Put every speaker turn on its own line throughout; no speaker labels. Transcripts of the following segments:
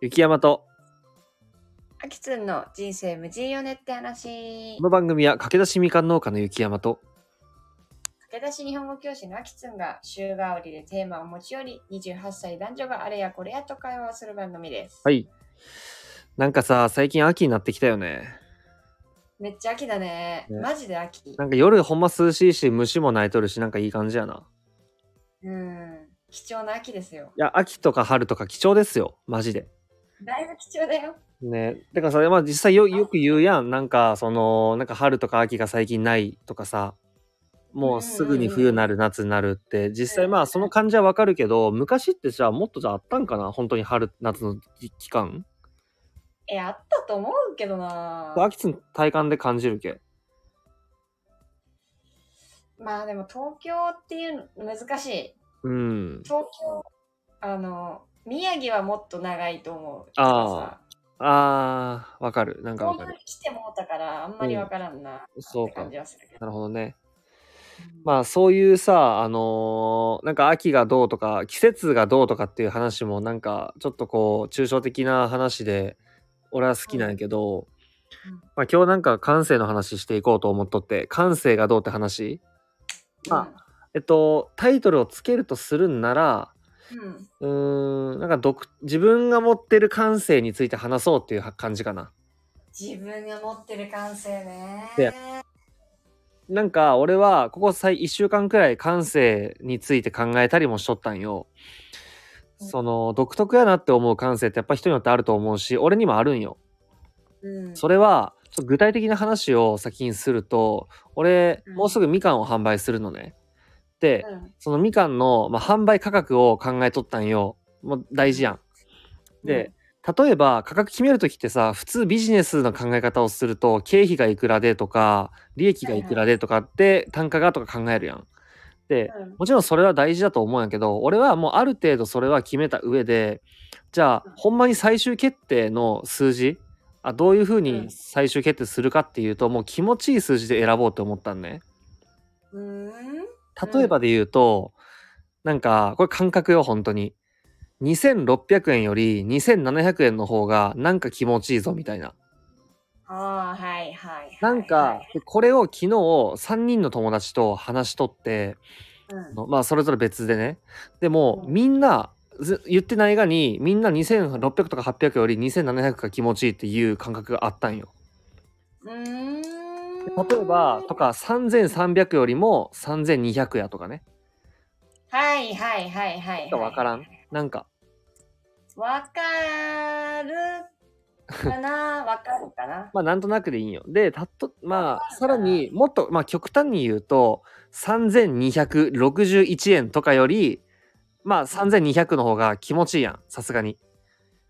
雪山と
あきつんの人生無人よねって話
この番組は駆け出しみかん農家の雪山と
駆け出し日本語教師のあきつんが週替わりでテーマを持ち寄り28歳男女があれやこれやと会話をする番組です、
はいなんかさ最近秋になってきたよね
めっちゃ秋だね
ね
マジで秋
なんか夜ほんま涼しいし虫も鳴いとるしなんかいい感じやな
うん貴重な秋ですよ
いや秋とか春とか貴重ですよマジで
だいぶ貴重だよ
ねてかさまあ実際よよく言うやんなんかそのなんか春とか秋が最近ないとかさもうすぐに冬になる夏になるって実際まあその感じはわかるけど昔ってじゃあもっとじゃああったんかな本当に春夏の期間
えあったと思うけどな
秋津の体感で感じるけ
まあでも東京っていうの難しい
うん
東京あの宮城はもっと長いと思う
ああーわかるなんかわか
東京
る
に来てもうたからあんまりわからんな、
そう
って
か
感じはするけど
なるほどね
うん
まあそういうさあのーなんか秋がどうとか季節がどうとかっていう話もなんかちょっとこう抽象的な話で俺は好きなんやけど、
うん
まあ、今日なんか感性の話していこうと思っとって感性がどうって話まえっとタイトルをつけるとするんなら
うん、
うーんなんか独自分が持ってる感性について話そうっていう感じかな。
自分が持ってる感性ね。
でなんか俺はここ最1週間くらい感性について考えたりもしとったんよ。
うん
その独特やなって思う感性ってやっぱ人によってあると思うし俺にもあるんよ。
うん、
それはちょっと具体的な話を先にすると俺
うん
もうすぐみかんを販売するのね。で
うん
そのみかんの、まあ、販売価格を考えとったんよ。もう大事やん。で、例えば価格決めるときってさ普通ビジネスの考え方をすると経費がいくらでとか利益がいくらでとかって単価がとか考えるやん。で
うん
もちろんそれは大事だと思うんやけど俺はもうある程度それは決めた上でじゃあ
うん
ほんまに最終決定の数字あどういうふう
う
に
ん
最終決定するかっていうともう気持ちいい数字で選ぼうと思ったんね。
うん、うん
例えばで言うと、なんかこれ感覚よ本当に2600円より2700円の方がなんか気持ちいいぞみたいな
ああはいはいはい。
なんかでこれを昨日3人の友達と話しとって
うん、
まあそれぞれ別でねでも
うん
みんなず言ってないがにみんな2600とか800より2700が気持ちいいっていう感覚があったんよ
うーん
例えばとか3300よりも3200やとかね
はいはいはいはい、はい。
わからん。なんか
わかるかなわかるかな。
まあなんとなくでいいんよ。で、たっと、まあ、
あ
さらにもっと、まあ極端に言うと、3261円とかより、まあ3200の方が気持ちいいやん、さすがに。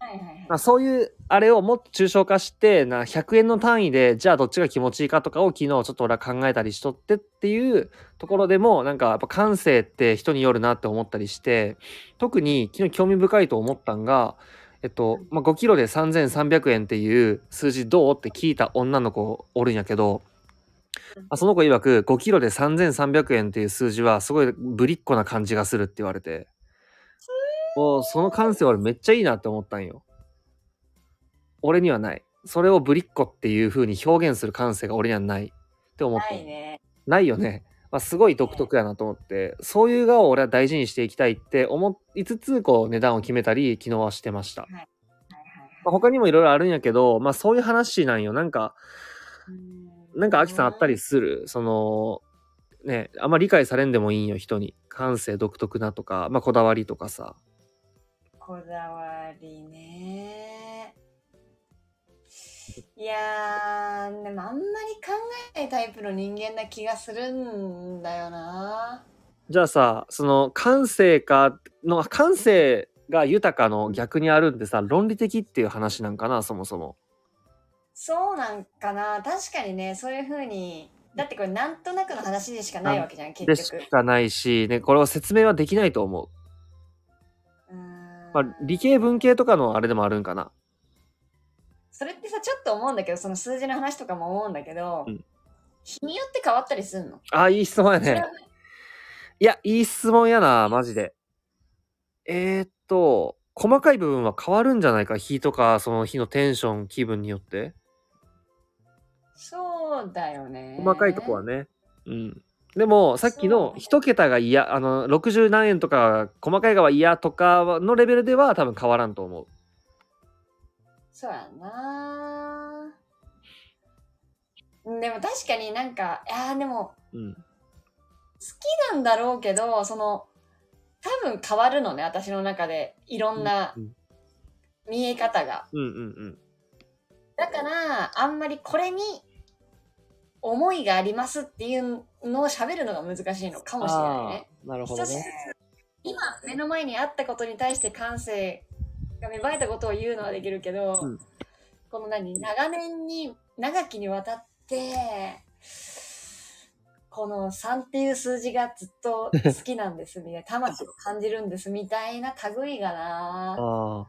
はいはいはい
まあそういう、あれをもっと抽象化して、な100円の単位で、じゃあどっちが気持ちいいかとかを昨日ちょっと俺は考えたりしとってっていうところでも、なんかやっぱ感性って人によるなって思ったりして、特に昨日興味深いと思ったんが、えっと、まあ、5キロで3300円っていう数字どうって聞いた女の子おるんやけど、まあ、その子曰く5キロで3300円っていう数字はすごいぶりっ子な感じがするって言われて、もうその感性は俺めっちゃいいなって思ったんよ。俺にはない。それをぶりっ子っていう風に表現する感性が俺にはないって思っ
な
た。
いね。
ないよね。まあ、すごい独特やなと思って、そういう側を俺は大事にしていきたいって思いつつ、こう値段を決めたり、昨日はしてました。
はいはいはい
まあ、他にもいろいろあるんやけど、まあそういう話なんよ。なんか、
う
なんかアキさんあったりするその、ね、あんま理解されんでもいいんよ、人に。感性独特なとか、まあこだわりとかさ。
こだわりね。いやー、でもあんまり考えないタイプの人間な気がするんだよな。
じゃあさ、その感性か、の、感性が豊かの逆にあるんでさ、論理的っていう話なんかな、そもそも。
そうなんかな。確かにね、そういうふうに。だってこれなんとなくの話でしかないわけじゃん、結
でし
局。
かないし、ね、これは説明はできないと思う。
うー
ま
ん
あ、理系文系とかのあれでもあるんかな。
それってさ、ちょっと思うんだけど、その数字の話とかも思うんだけど、
うん
日によって変わったりすんの
ああ、いい質問や
それ
ね
は。
いや、いい質問やな、マジで。えー、っと、細かい部分は変わるんじゃないか日とかその日のテンション気分によって
そうだよね。
細かいとこはね、うんでもさっきの1桁が嫌あの60何円とか細かいがは嫌とかのレベルでは多分変わらんと思う
そうやなでも確かになんか、いやーでも、
うん
好きなんだろうけど、その、多分変わるのね、私の中で。いろんな
うん
見え方が。
うんうん
だから、あんまりこれに思いがありますっていうのを喋るのが難しいのか
うん
もしれないね。
あーなるほど
一つずつ
ね
今目の前にあったことに対して感性が芽生えたことを言うのはできるけど、
うん
この何長年に長きにわたってこの3っていう数字がずっと好きなんですみたい な魂を感じるんですみたいな類がな
ああ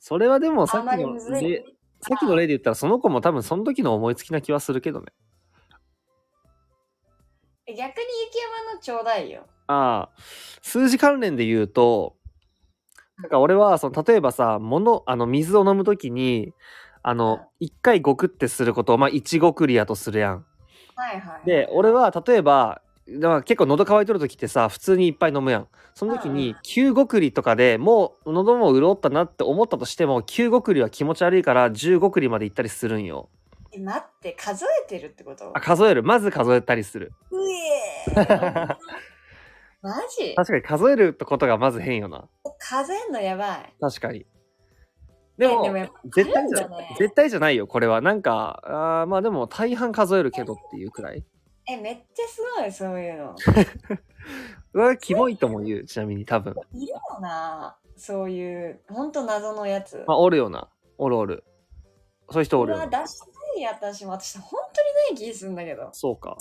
それはでもさ
あんま
っき
り
の
むずい
例さっきの例で言ったらその子も多分その時の思いつきな気はするけどね
逆に雪山のちょうだいよ
ああ数字関連で言うとなんか俺はその例えばさ物あの水を飲む時にあ
うん
の1回ごくってすることをまあ1ごくりやとするやん。
はいはい
で俺は例えばだから結構喉乾いとる時ってさ普通にいっぱい飲むやん。その時
うん
に9ごくりとかでもう喉も潤ったなって思ったとしても9ごくりは気持ち悪いから10ごくりまで行ったりするんよ。
え待って数えてるってこと
あ数えるまず数えたりする。
うえ ーマジ
確かに数えるってことがまず変よな。
数えんのやばい
確かに。で
え
も、
やっぱ
絶対じ
あ
ゃ
るんだね
絶対じゃないよこれはなんかあーまあでも大半数えるけどっていうくらい
えめっちゃすごいそういうの
うわキモいとも言うちなみに多分
いるよなそういうほんと謎のやつ、
まあおるよなおるおるそういう人お
う
るよ
わ
な
出したい私も私ほんとにない気するんだけど
そうか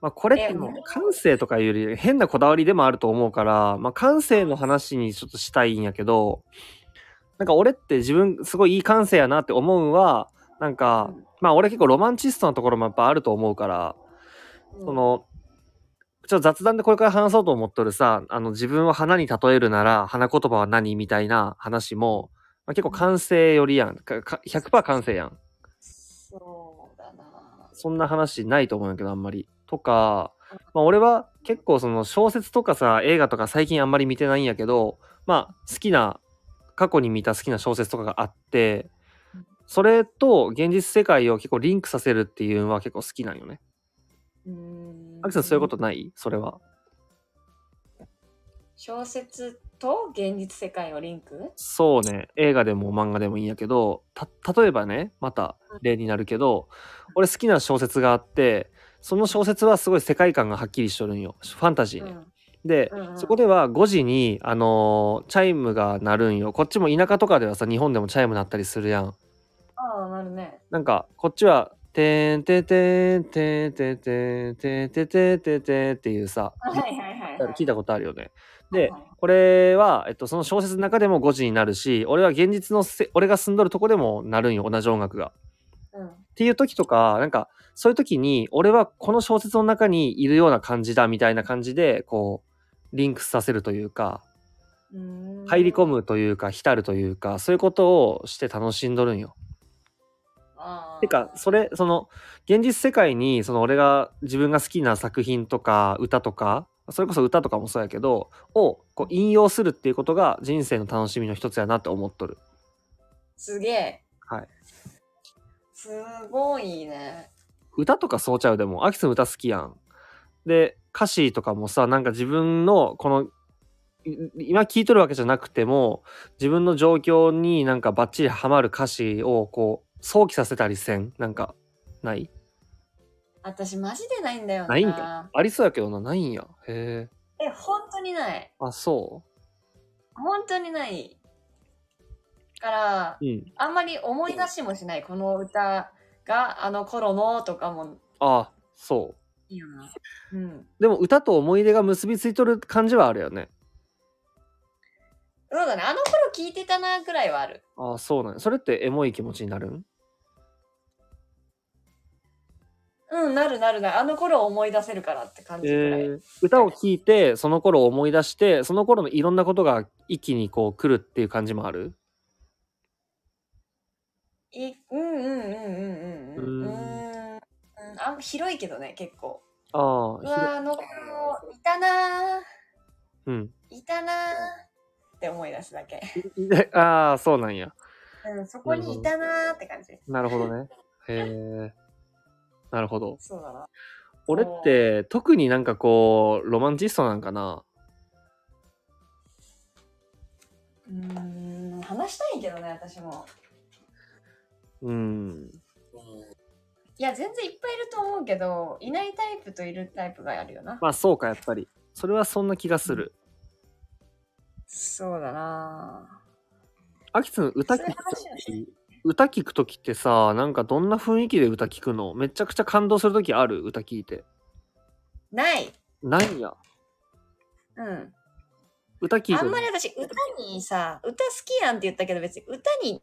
まあこれってもう感性とかいうより変なこだわりでもあると思うからまあ感性の話にちょっとしたいんやけどなんか俺って自分すごいいい感性やなって思うんはなんかまあ俺結構ロマンチストなところもやっぱあると思うから
うん
その、ちょっと雑談でこれから話そうと思っとるさ、あの、自分を花に例えるなら、花言葉は何みたいな話も、まあ、結構感性よりやん。かか100%感性やん。
そうだな
そんな話ないと思うんやけど、あんまり。とか、まあ、俺は結構その小説とかさ、映画とか最近あんまり見てないんやけど、まあ、好きな、過去に見た好きな小説とかがあって、それと現実世界を結構リンクさせるっていうのは結構好きなんよね。
うーん
アキさんそういうことないそれは。
小説と現実世界をリンク
そうね映画でも漫画でもいいんやけどた例えばねまた例になるけど俺好きな小説があってその小説はすごい世界観がはっきりしとるんよファンタジーね。で、
うんうん
そこでは5時に、あのーチャイムが鳴るんよこっちも田舎とかではさ日本でもチャイム鳴ったりするやん。
ああなるね
なんかこっちは「てんてんてんてんてんてんてんてんてんてんてん」っていう さ
はいはいはい、はい、
聞いたことあるよね。で
はい
これは、えっと、その小説の中でも5時になるし俺は現実のせ俺が住んどるとこでもなるんよ同じ音楽が。
うん
っていう時とかなんかそういう時に俺はこの小説の中にいるような感じだみたいな感じでこうリンクさせるというか
うーん
入り込むというか浸るというかそういうことをして楽しんどるんよ。
あー
てかそれその現実世界にその俺が自分が好きな作品とか歌とかそれこそ歌とかもそうやけどをこう引用するっていうことが人生の楽しみの一つやなって思っとる。
すげえ
はい
すごいね
歌とかそうちゃうでもアキスの歌好きやん。で歌詞とかもさなんか自分のこのい今聴いとるわけじゃなくても自分の状況になんかバッチリハマる歌詞をこう想起させたりせんなんかない
私マジでないんだよな
ないんかありそうやけどなないんや。へえ。
え本当にない
あそ
本当にないから
ううん。
あんまり思い出しもしないこの歌があの頃のとかも
あそ
いいよなうん
うでも歌と思い出が結びついとる感じはあるよね
そうだねあの頃聞いてたなくらいはある
ああそうなんやそれってエモい気持ちになるん
うん、なるなるなる。あの頃を思い出せるからって感じくらい。
えー歌を聴いてその頃を思い出してその頃のいろんなことが一気にこう来るっていう感じもある
いうんうんうんうんうんうん。
うー
うーんあ広いけどね、結構。
あ
う
あ、ひろ
わあの頃、いたなー
うん、
いたなーって思い出すだけ。
で ああそうなんや
うん、そこにいたなーって感じ。
なるほどねへえなるほど
そうだな。
俺って特になんかこうロマンチストなんかな
うーん、話したいけどね、私も。
うん
いや、全然いっぱいいると思うけど、いないタイプといるタイプがあるよな。
まあそうかやっぱりそれはそんな気がする
そうだな
あきつん歌聞く
そういう話をし
時歌聞く時ってさなんかどんな雰囲気で歌聞くのめちゃくちゃ感動する時ある歌聞いて
ーない。
ないんや
うん。
歌聞いて
あんまり私、歌にさ、歌好きやんって言ったけど、別に歌に好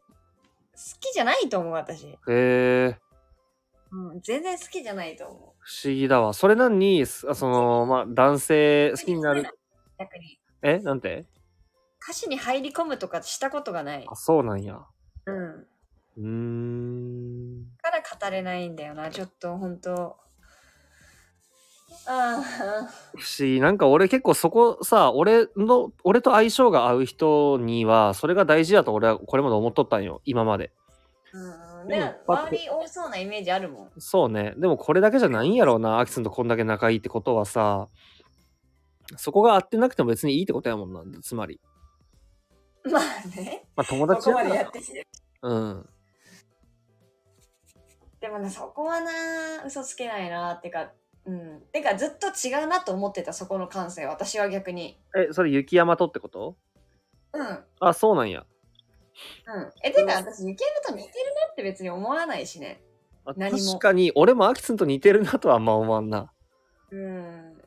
きじゃないと思う、私。
へえ
うん、全然好きじゃないと思
不思議だわそれなのにすあそのまあ男性
う。
好きになる。
逆に。
えなんて
歌詞に入り込むとかしたことがない
あ。そうなんや
うん。
うーん
から語れないんだよな、ちょっと、ほんと。ああ。
不思議なんか俺結構そこさ俺の俺と相性が合う人にはそれが大事だと俺はこれまで思っとったんよ今まで
うん、
でも
ね
パッと
周り多そうなイメージあるもん。
そうねでもこれだけじゃないんやろうなアキさんとこんだけ仲いいってことはさそこが合ってなくても別にいいってことやもんなつまり、
まあね、
まあ、友
こ
達や
こ
か
まで
ら
やってきて。
うん
でもな、そこはな、嘘つけないな、ってか、うん。てか、ずっと違うなと思ってた、そこの感性、私は逆に。
えそれ雪山とってこと
うん。うん。
あそうなんや
え、てか、私、ゆけると似てるなって別に思わないしね。
あ
何も
確かに俺もアキツンと似てるなとはあんま思わんな
うん。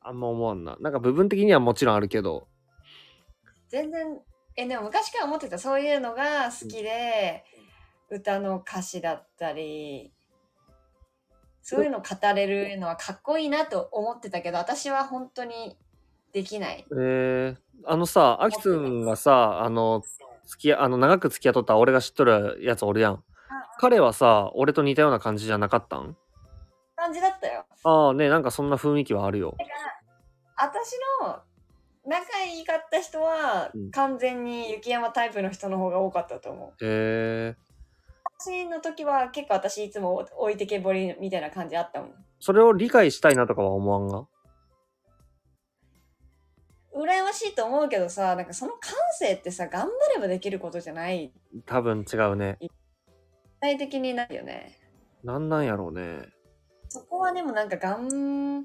あんま思わんななんか部分的にはもちろんあるけど
全然、え、でも昔から思ってた、そういうのが好きで、歌の歌詞だったり、そういうの語れるのはかっこいいなと思ってたけど、私は本当にできない。
えー、あのさアキツンがさあの付き合あの長く付き合っとった俺が知っとるやつおるやん彼はさ俺と似たような感じじゃなかったん
感じだったよ。
ああねなんかそんな雰囲気はあるよ
私の仲いいかった人は、
うん
完全に雪山タイプの人の方が多かったと思う。
へえー、
私の時は結構私いつも置いてけぼりみたいな感じあったもん。
それを理解したいなとかは思わんが
羨ましいと思うけどさ、なんかその感性ってさ、頑張ればできることじゃない。
多分違うね
具体的にないよね。
なんなんやろうね
そこはでもなんか頑張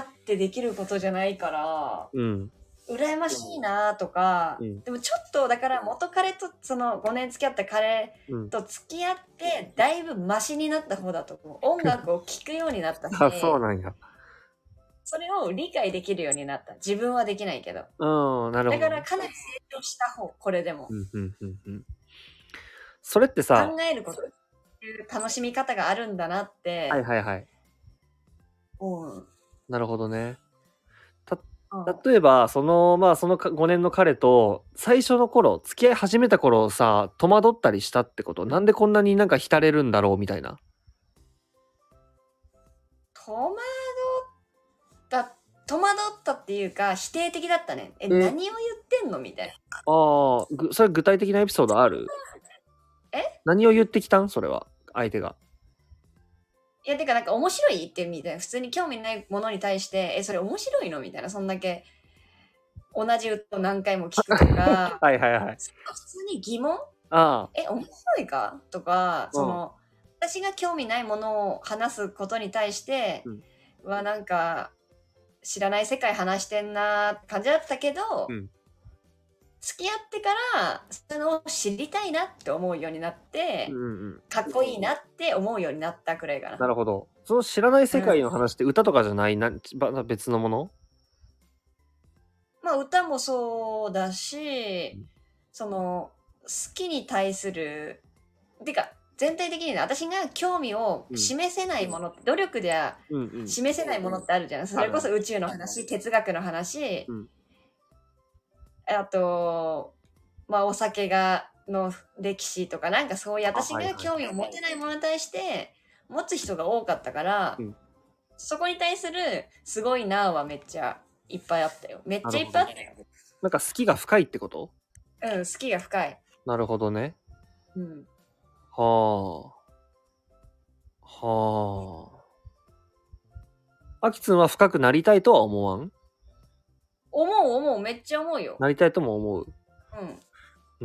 ってできることじゃないから、
うん
羨ましいなとか、
うん
でもちょっとだから元彼とその5年付き合った彼
うん
と付き合ってだいぶマシになった方だと思う音楽を聴くようになった し
あそうなんや
それを理解できるようになった自分はできないけど
うんなるほ
だ
ど
からかなり成長した方これでも
うんうんうんうんそれってさ
考えることっていう楽しみ方があるんだなって、
はいはいはい
思う
なるほどね
うん
例えばそのまあそのか5年の彼と最初の頃付き合い始めた頃さ戸惑ったりしたってことなんでこんなになんか浸れるんだろうみたいな
戸惑った戸惑ったっていうか否定的だったねえ
うん
何を言ってんのみたいな
あーぐそれ具体的なエピソードある
え
何を言ってきたんそれは相手が、
いや、てか、なんか面白いってみたいな、普通に興味ないものに対して、え、それ面白いのみたいな、そんだけ同じ歌を何回も聞くとか
はいはいはい
普通に疑問
あ
え、面白いかとか、その、私が興味ないものを話すことに対して
うん
は、なんか、知らない世界話してんなって感じだったけど、
うん
付き合ってから、その知りたいなって思うようになって
あ、うんうん
かっこいいなって思うようになったくらいかな。
なるほどその知らない世界の話って歌とかじゃないなんば別のもの
まあ歌もそうだし、その好きに対するてか全体的にね、私が興味を示せないもの、努力では
うんうん
示せないものってあるじゃない、それこそ宇宙の話、哲学の話、
うん
あと、まあ、お酒が、の歴史とか、なんかそういう私
あはいは
が
い
興味を持てないものに対して、持つ人が多かったから、
うん
そこに対する、すごいなぁはめっちゃいっぱいあったよ。めっちゃいっぱいあったよ。
なんか好きが深いってこと
うん、好きが深い。
なるほどね。
うん。
はあ。はあ。あきつんは深くなりたいとは思わん
思う思う、めっちゃ思うよ。
なりたいとも思う。
う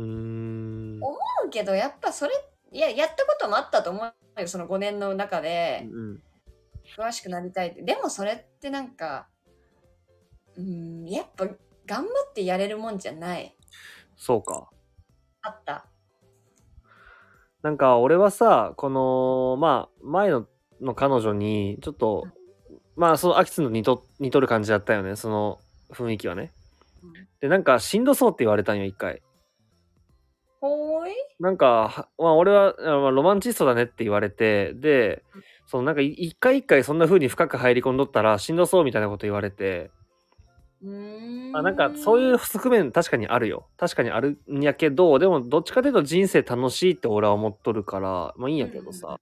う
ん。
ーん。
思思うけどやっぱそれいややったこともあったと思うよその5年の中
う
で
んうん
詳しくなりたいってでもそれってなんかうーんやっぱ頑張ってやれるもんじゃない
そうか。
あった
なんか俺はさ、この、まあ、前のの彼女に、ちょっと、まあ、そのアキツンと似と似とる感じだったよね、その雰囲気はね
うん。
で、なんか、しんどそうって言われたんよ、一回。
ほーい
なんか、はまあ、俺は、あまあ、ロマンチストだねって言われて、で、そのなんか、い一回一回そんな風に深く入り込んどったら、しんどそうみたいなこと言われて、
うーん
あなんか、そういう側面確かにあるよ。確かにあるんやけど、でも、どっちかというと人生楽しいって俺は思っとるから、まあいいんやけどさ。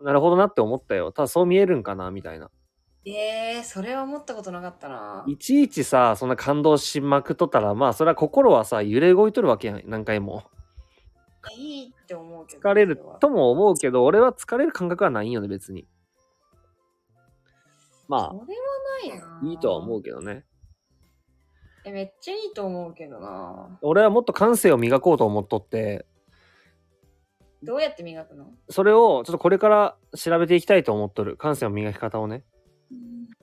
なるほどなって思ったよ。ただそう見えるんかな、みたいな。
えー、それは思ったことなかったない
ちいちさ、そんな感動しまくっとったら、まあ、それは心はさ、揺れ動いとるわけやん、何回も。
いいって思うけど
疲れる
そは
とも思うけど、俺は疲れる感覚はないんよね、別に。ま
それはないな
あ、いいとは思
う
うけどね。
えめっちゃいいと思うけどな
俺はもっと感性を磨こうと思っとって、
どうやって磨くの
それをちょっとこれから調べていきたいと思っとる。感性の磨き方をね。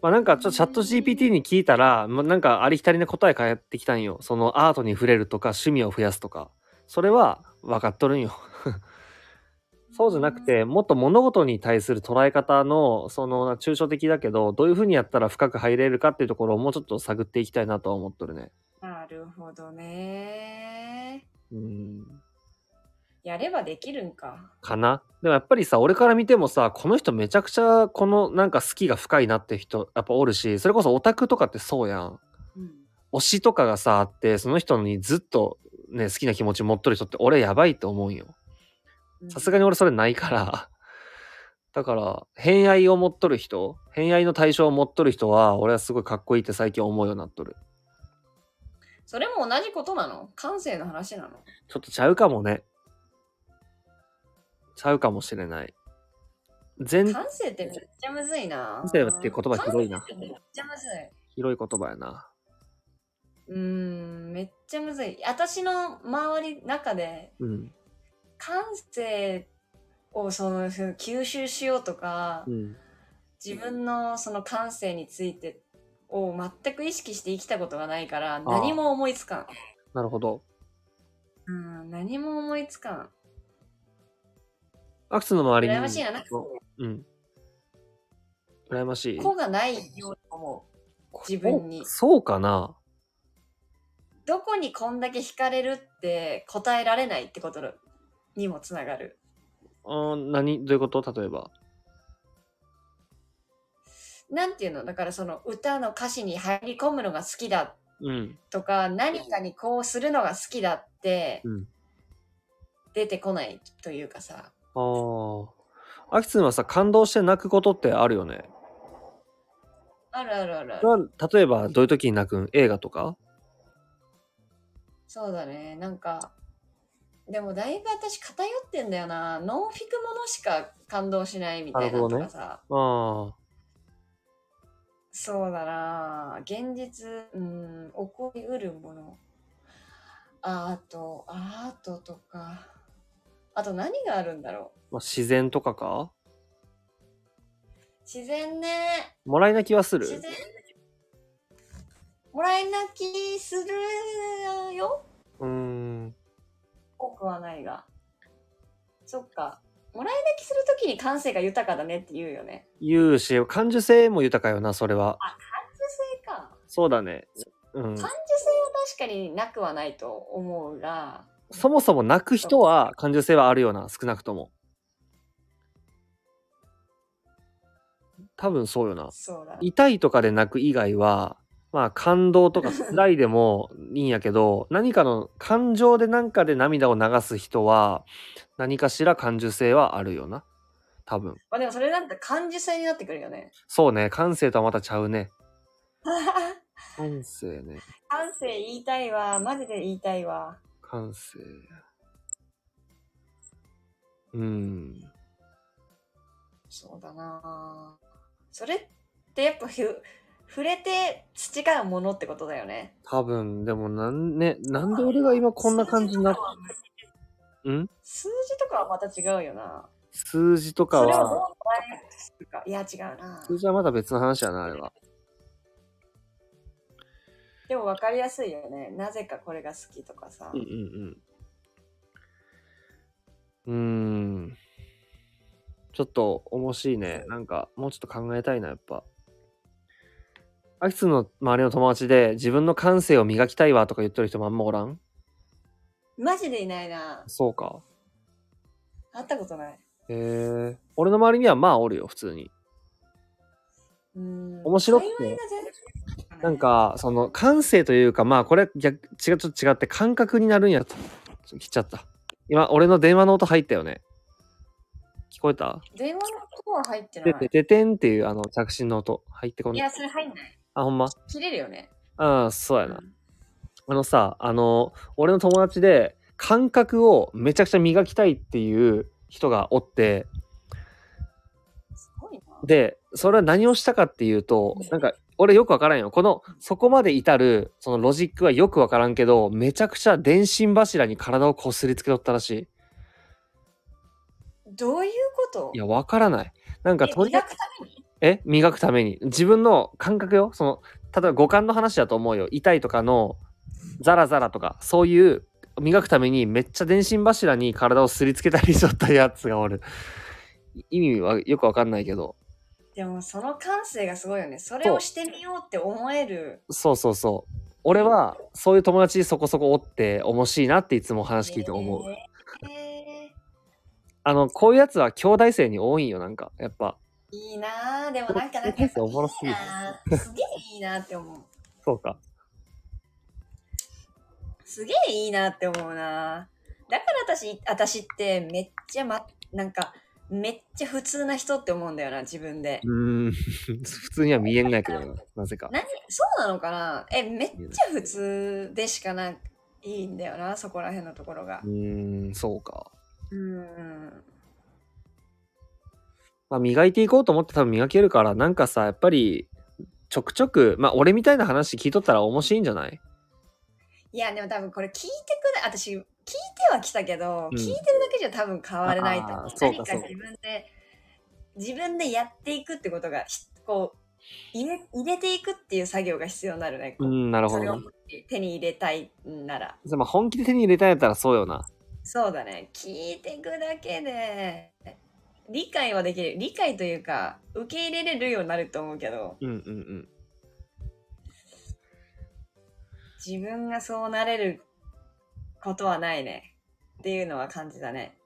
まあなんかちょっとチャット GPT に聞いたら、まあ、なんかありきたりな答え返ってきたんよ。そのアートに触れるとか趣味を増やすとか。それは分かっとるんよ。そうじゃなくて、もっと物事に対する捉え方の、その、抽象的だけど、どういうふうにやったら深く入れるかっていうところをもうちょっと探っていきたいなとは思っとるね。
なるほどね
うん。
やればできるんか。
かな。でもやっぱりさ、俺から見てもさ、この人めちゃくちゃ、このなんか好きが深いなって人、やっぱおるし、それこそオタクとかってそうやん。推しとかがさ、あって、その人にずっとね、好きな気持ち持っとる人って俺やばいと思うんよ。さすが
に。
に俺それないから。だから、偏愛を持っとる人、偏愛の対象を持っとる人は、俺はすごいかっこいいって最近思うようになっとる。
それも同じことなの感性の話なの
ちょっとちゃうかもね。ちゃうかもしれない。全、
感性ってめっちゃむずいな。
感性っていう言葉ひどいな
感性ってめっちゃむずい。
広い言葉やな。
うーん、めっちゃむずい。私の周り、中で、
うん。
感性をそのその吸収しようとか、
うん。
自分のその感性についてを全く意識して生きたことがないから、
ー
何も思いつかん。
なるほど。
うん、何も思いつかん。
アクスの周りに。
羨ましいな。なんか
うん。羨ましい。
子がないように思う。自分に
おそうかな
どこにこんだけ惹かれるって答えられないってことにもつながる。
あー何どういうこと例えば。
なんていうのだからその歌の歌詞に入り込むのが好きだ
うん。
とか何かにこうするのが好きだって
うん。
出てこないというかさ。
ああ。アキツンはさ、感動して泣くことってあるよね。
あるあるあるあ
そ
る。
れは例えば、どういう時に泣くん映画とか
そうだね。なんか、でもだいぶ私偏ってんだよな。ノンフィクものしか感動しないみたいなのとかさ。
ああ。
そうだなあ現実、うん、起こりうるもの。アート、アートとか。あと何があるんだろ
まあ、自然とかか
う。自然ね。
もらい泣きはする
自然。もらい泣きするよ。
うーん。
多くはないが。そっか。もらい泣きするときに感性が豊かだねって言うよね。
言うし、感受性も豊かよな、それは。
感受性か。
そうだね。うん
感。受性は確かになくはないと思うが、
そもそも泣く人は感受性はあるような、少なくとも。多分そうよな。
そうだ。
痛いとかで泣く以外は、まあ感動とか辛いでもいいんやけど、何かの感情で何かで涙を流す人は、何かしら感受性はあるよな。多分。
まあでもそれなんて感受性になってくるよね。
そうね、感性とはまたちゃうね。感性ね。
感性言いたいわ。マジで言いたいわ。
感性。うん。
そうだなぁそれってやっぱひゅ触れて培うものってことだよね。
多分、でもなんね、なんで俺が今こんな感じになっ
数字とかは
ん
数字とかはまた違うよな。
数字とか
それをどう
は、
捉えるか。いや違うな
数字はまた別の話やな、あれは。
でも分かりやすいよね。なぜかこれが好きとかさ。
うんうんうん。うーん。ちょっと面白いね。なんか、もうちょっと考えたいな、やっぱ。アキツの周りの友達で自分の感性を磨きたいわとか言ってる人もあんまおらん
マジでいないな
そうか。
会ったことない。
へえ。俺の周りにはまあおるよ、普通に。
うん。
面白くて
会話が全然
なん、か、その感性というか、まあこれ逆、違う、ちょっと違って感覚になるんやと。ちょ切っちゃった。今、俺の電話の音入ったよね。聞こえた
電話の音は入ってな
でて
い。
ててんっていうあの着信の音入ってこ
い
ない
や、。それ入んない。
あ、ほんま
切れるよね。
うん、そうや
う
な。
ん
あのさ、あの、俺の友達で感覚をめちゃくちゃ磨きたいっていう人がおって、
すごいな。
で、それは何をしたかっていうと、なんか、俺よくわからんよ。この、そこまで至る、そのロジックはよくわからんけど、めちゃくちゃ電信柱に体をこすりつけとったらしい。
どういうこと
いや、わからない。なんか、
え
とりあええ
磨くために
磨くために自分の感覚よその例えば五感の話だと思うよ痛いとかのザラザラとかそういう磨くためにめっちゃ電信柱に体をすりつけたりしとったやつがおるい意味はよくわかんないけど
でもその感性がすごいよね。それをしてみようって思える。
そうそうそう俺はそういう友達そこそこおって面白いなっていつも話聞いて思う、
えーえ
あのこういうやつは兄弟生に多いんよなんかやっぱ
ーいいなぁ。でもなんかなんか
先生おもろすぎ
いい
る
なぁすげえいいなって思う。
そうか
すげえいいなって思うなぁ。だから私、私ってめっちゃま、なんか、めっちゃ普通な人って思うんだよな、自分で
う。ーん 普通には見えないけどななぜか
何そうなのかなえ、めっちゃ普通でしかないいいんだよな、そこら辺のところが
う。ーんそうか
うん。
まあ、磨いていこうと思って多分磨けるから、なんかさ、やっぱり、ちょくちょく、まあ、俺みたいな話聞いとったら面白いんじゃない
いや、でも多分これ聞いてくない。私、聞いては来たけど、
うん
聞いてるだけじゃ多分変われないと思
あ
う
ー。そう
何
か
か
そうか
自分で、自分でやっていくってことが、ひこう、入れ入れていくっていう作業が必要になるね。こ
う、
うん
なるほ
そ
ど
れを
な。
手に入れたいなら。
まあ、本気で手に入れたんやったらそうよな。
そうだね。聞いていくだけで、理解はできる。理解というか、受け入れれるようになると思うけど、
うんうんうん。
自分がそうなれることはないね。っていうのは感じだね。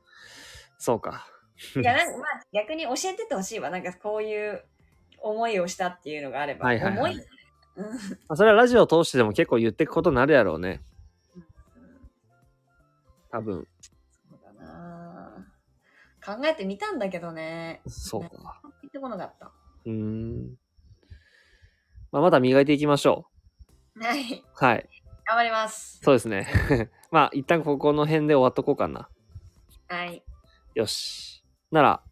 そうか。
いや、なんかまあ逆に教えてってほしいわ。なんかこういう思いをしたっていうのがあれば。
はいはいはい
思い
まあ、それはラジオを通してでも結構言っていくことになるやろうね。多分。
そうだなぁ考えてみたんだけどね。
そうか。
言ってこなかった。
うーん。まあ、また磨いていきましょ
はい。
う。はい。
頑張ります。
そうですね。 まあ、一旦ここの辺で終わっとこうかな。
はい。
よし。なら、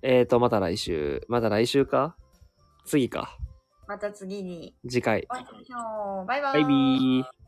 えーと、また来週。また来週か次か。
また次に
次回。
お会いしましょう。バイバ
バイビー。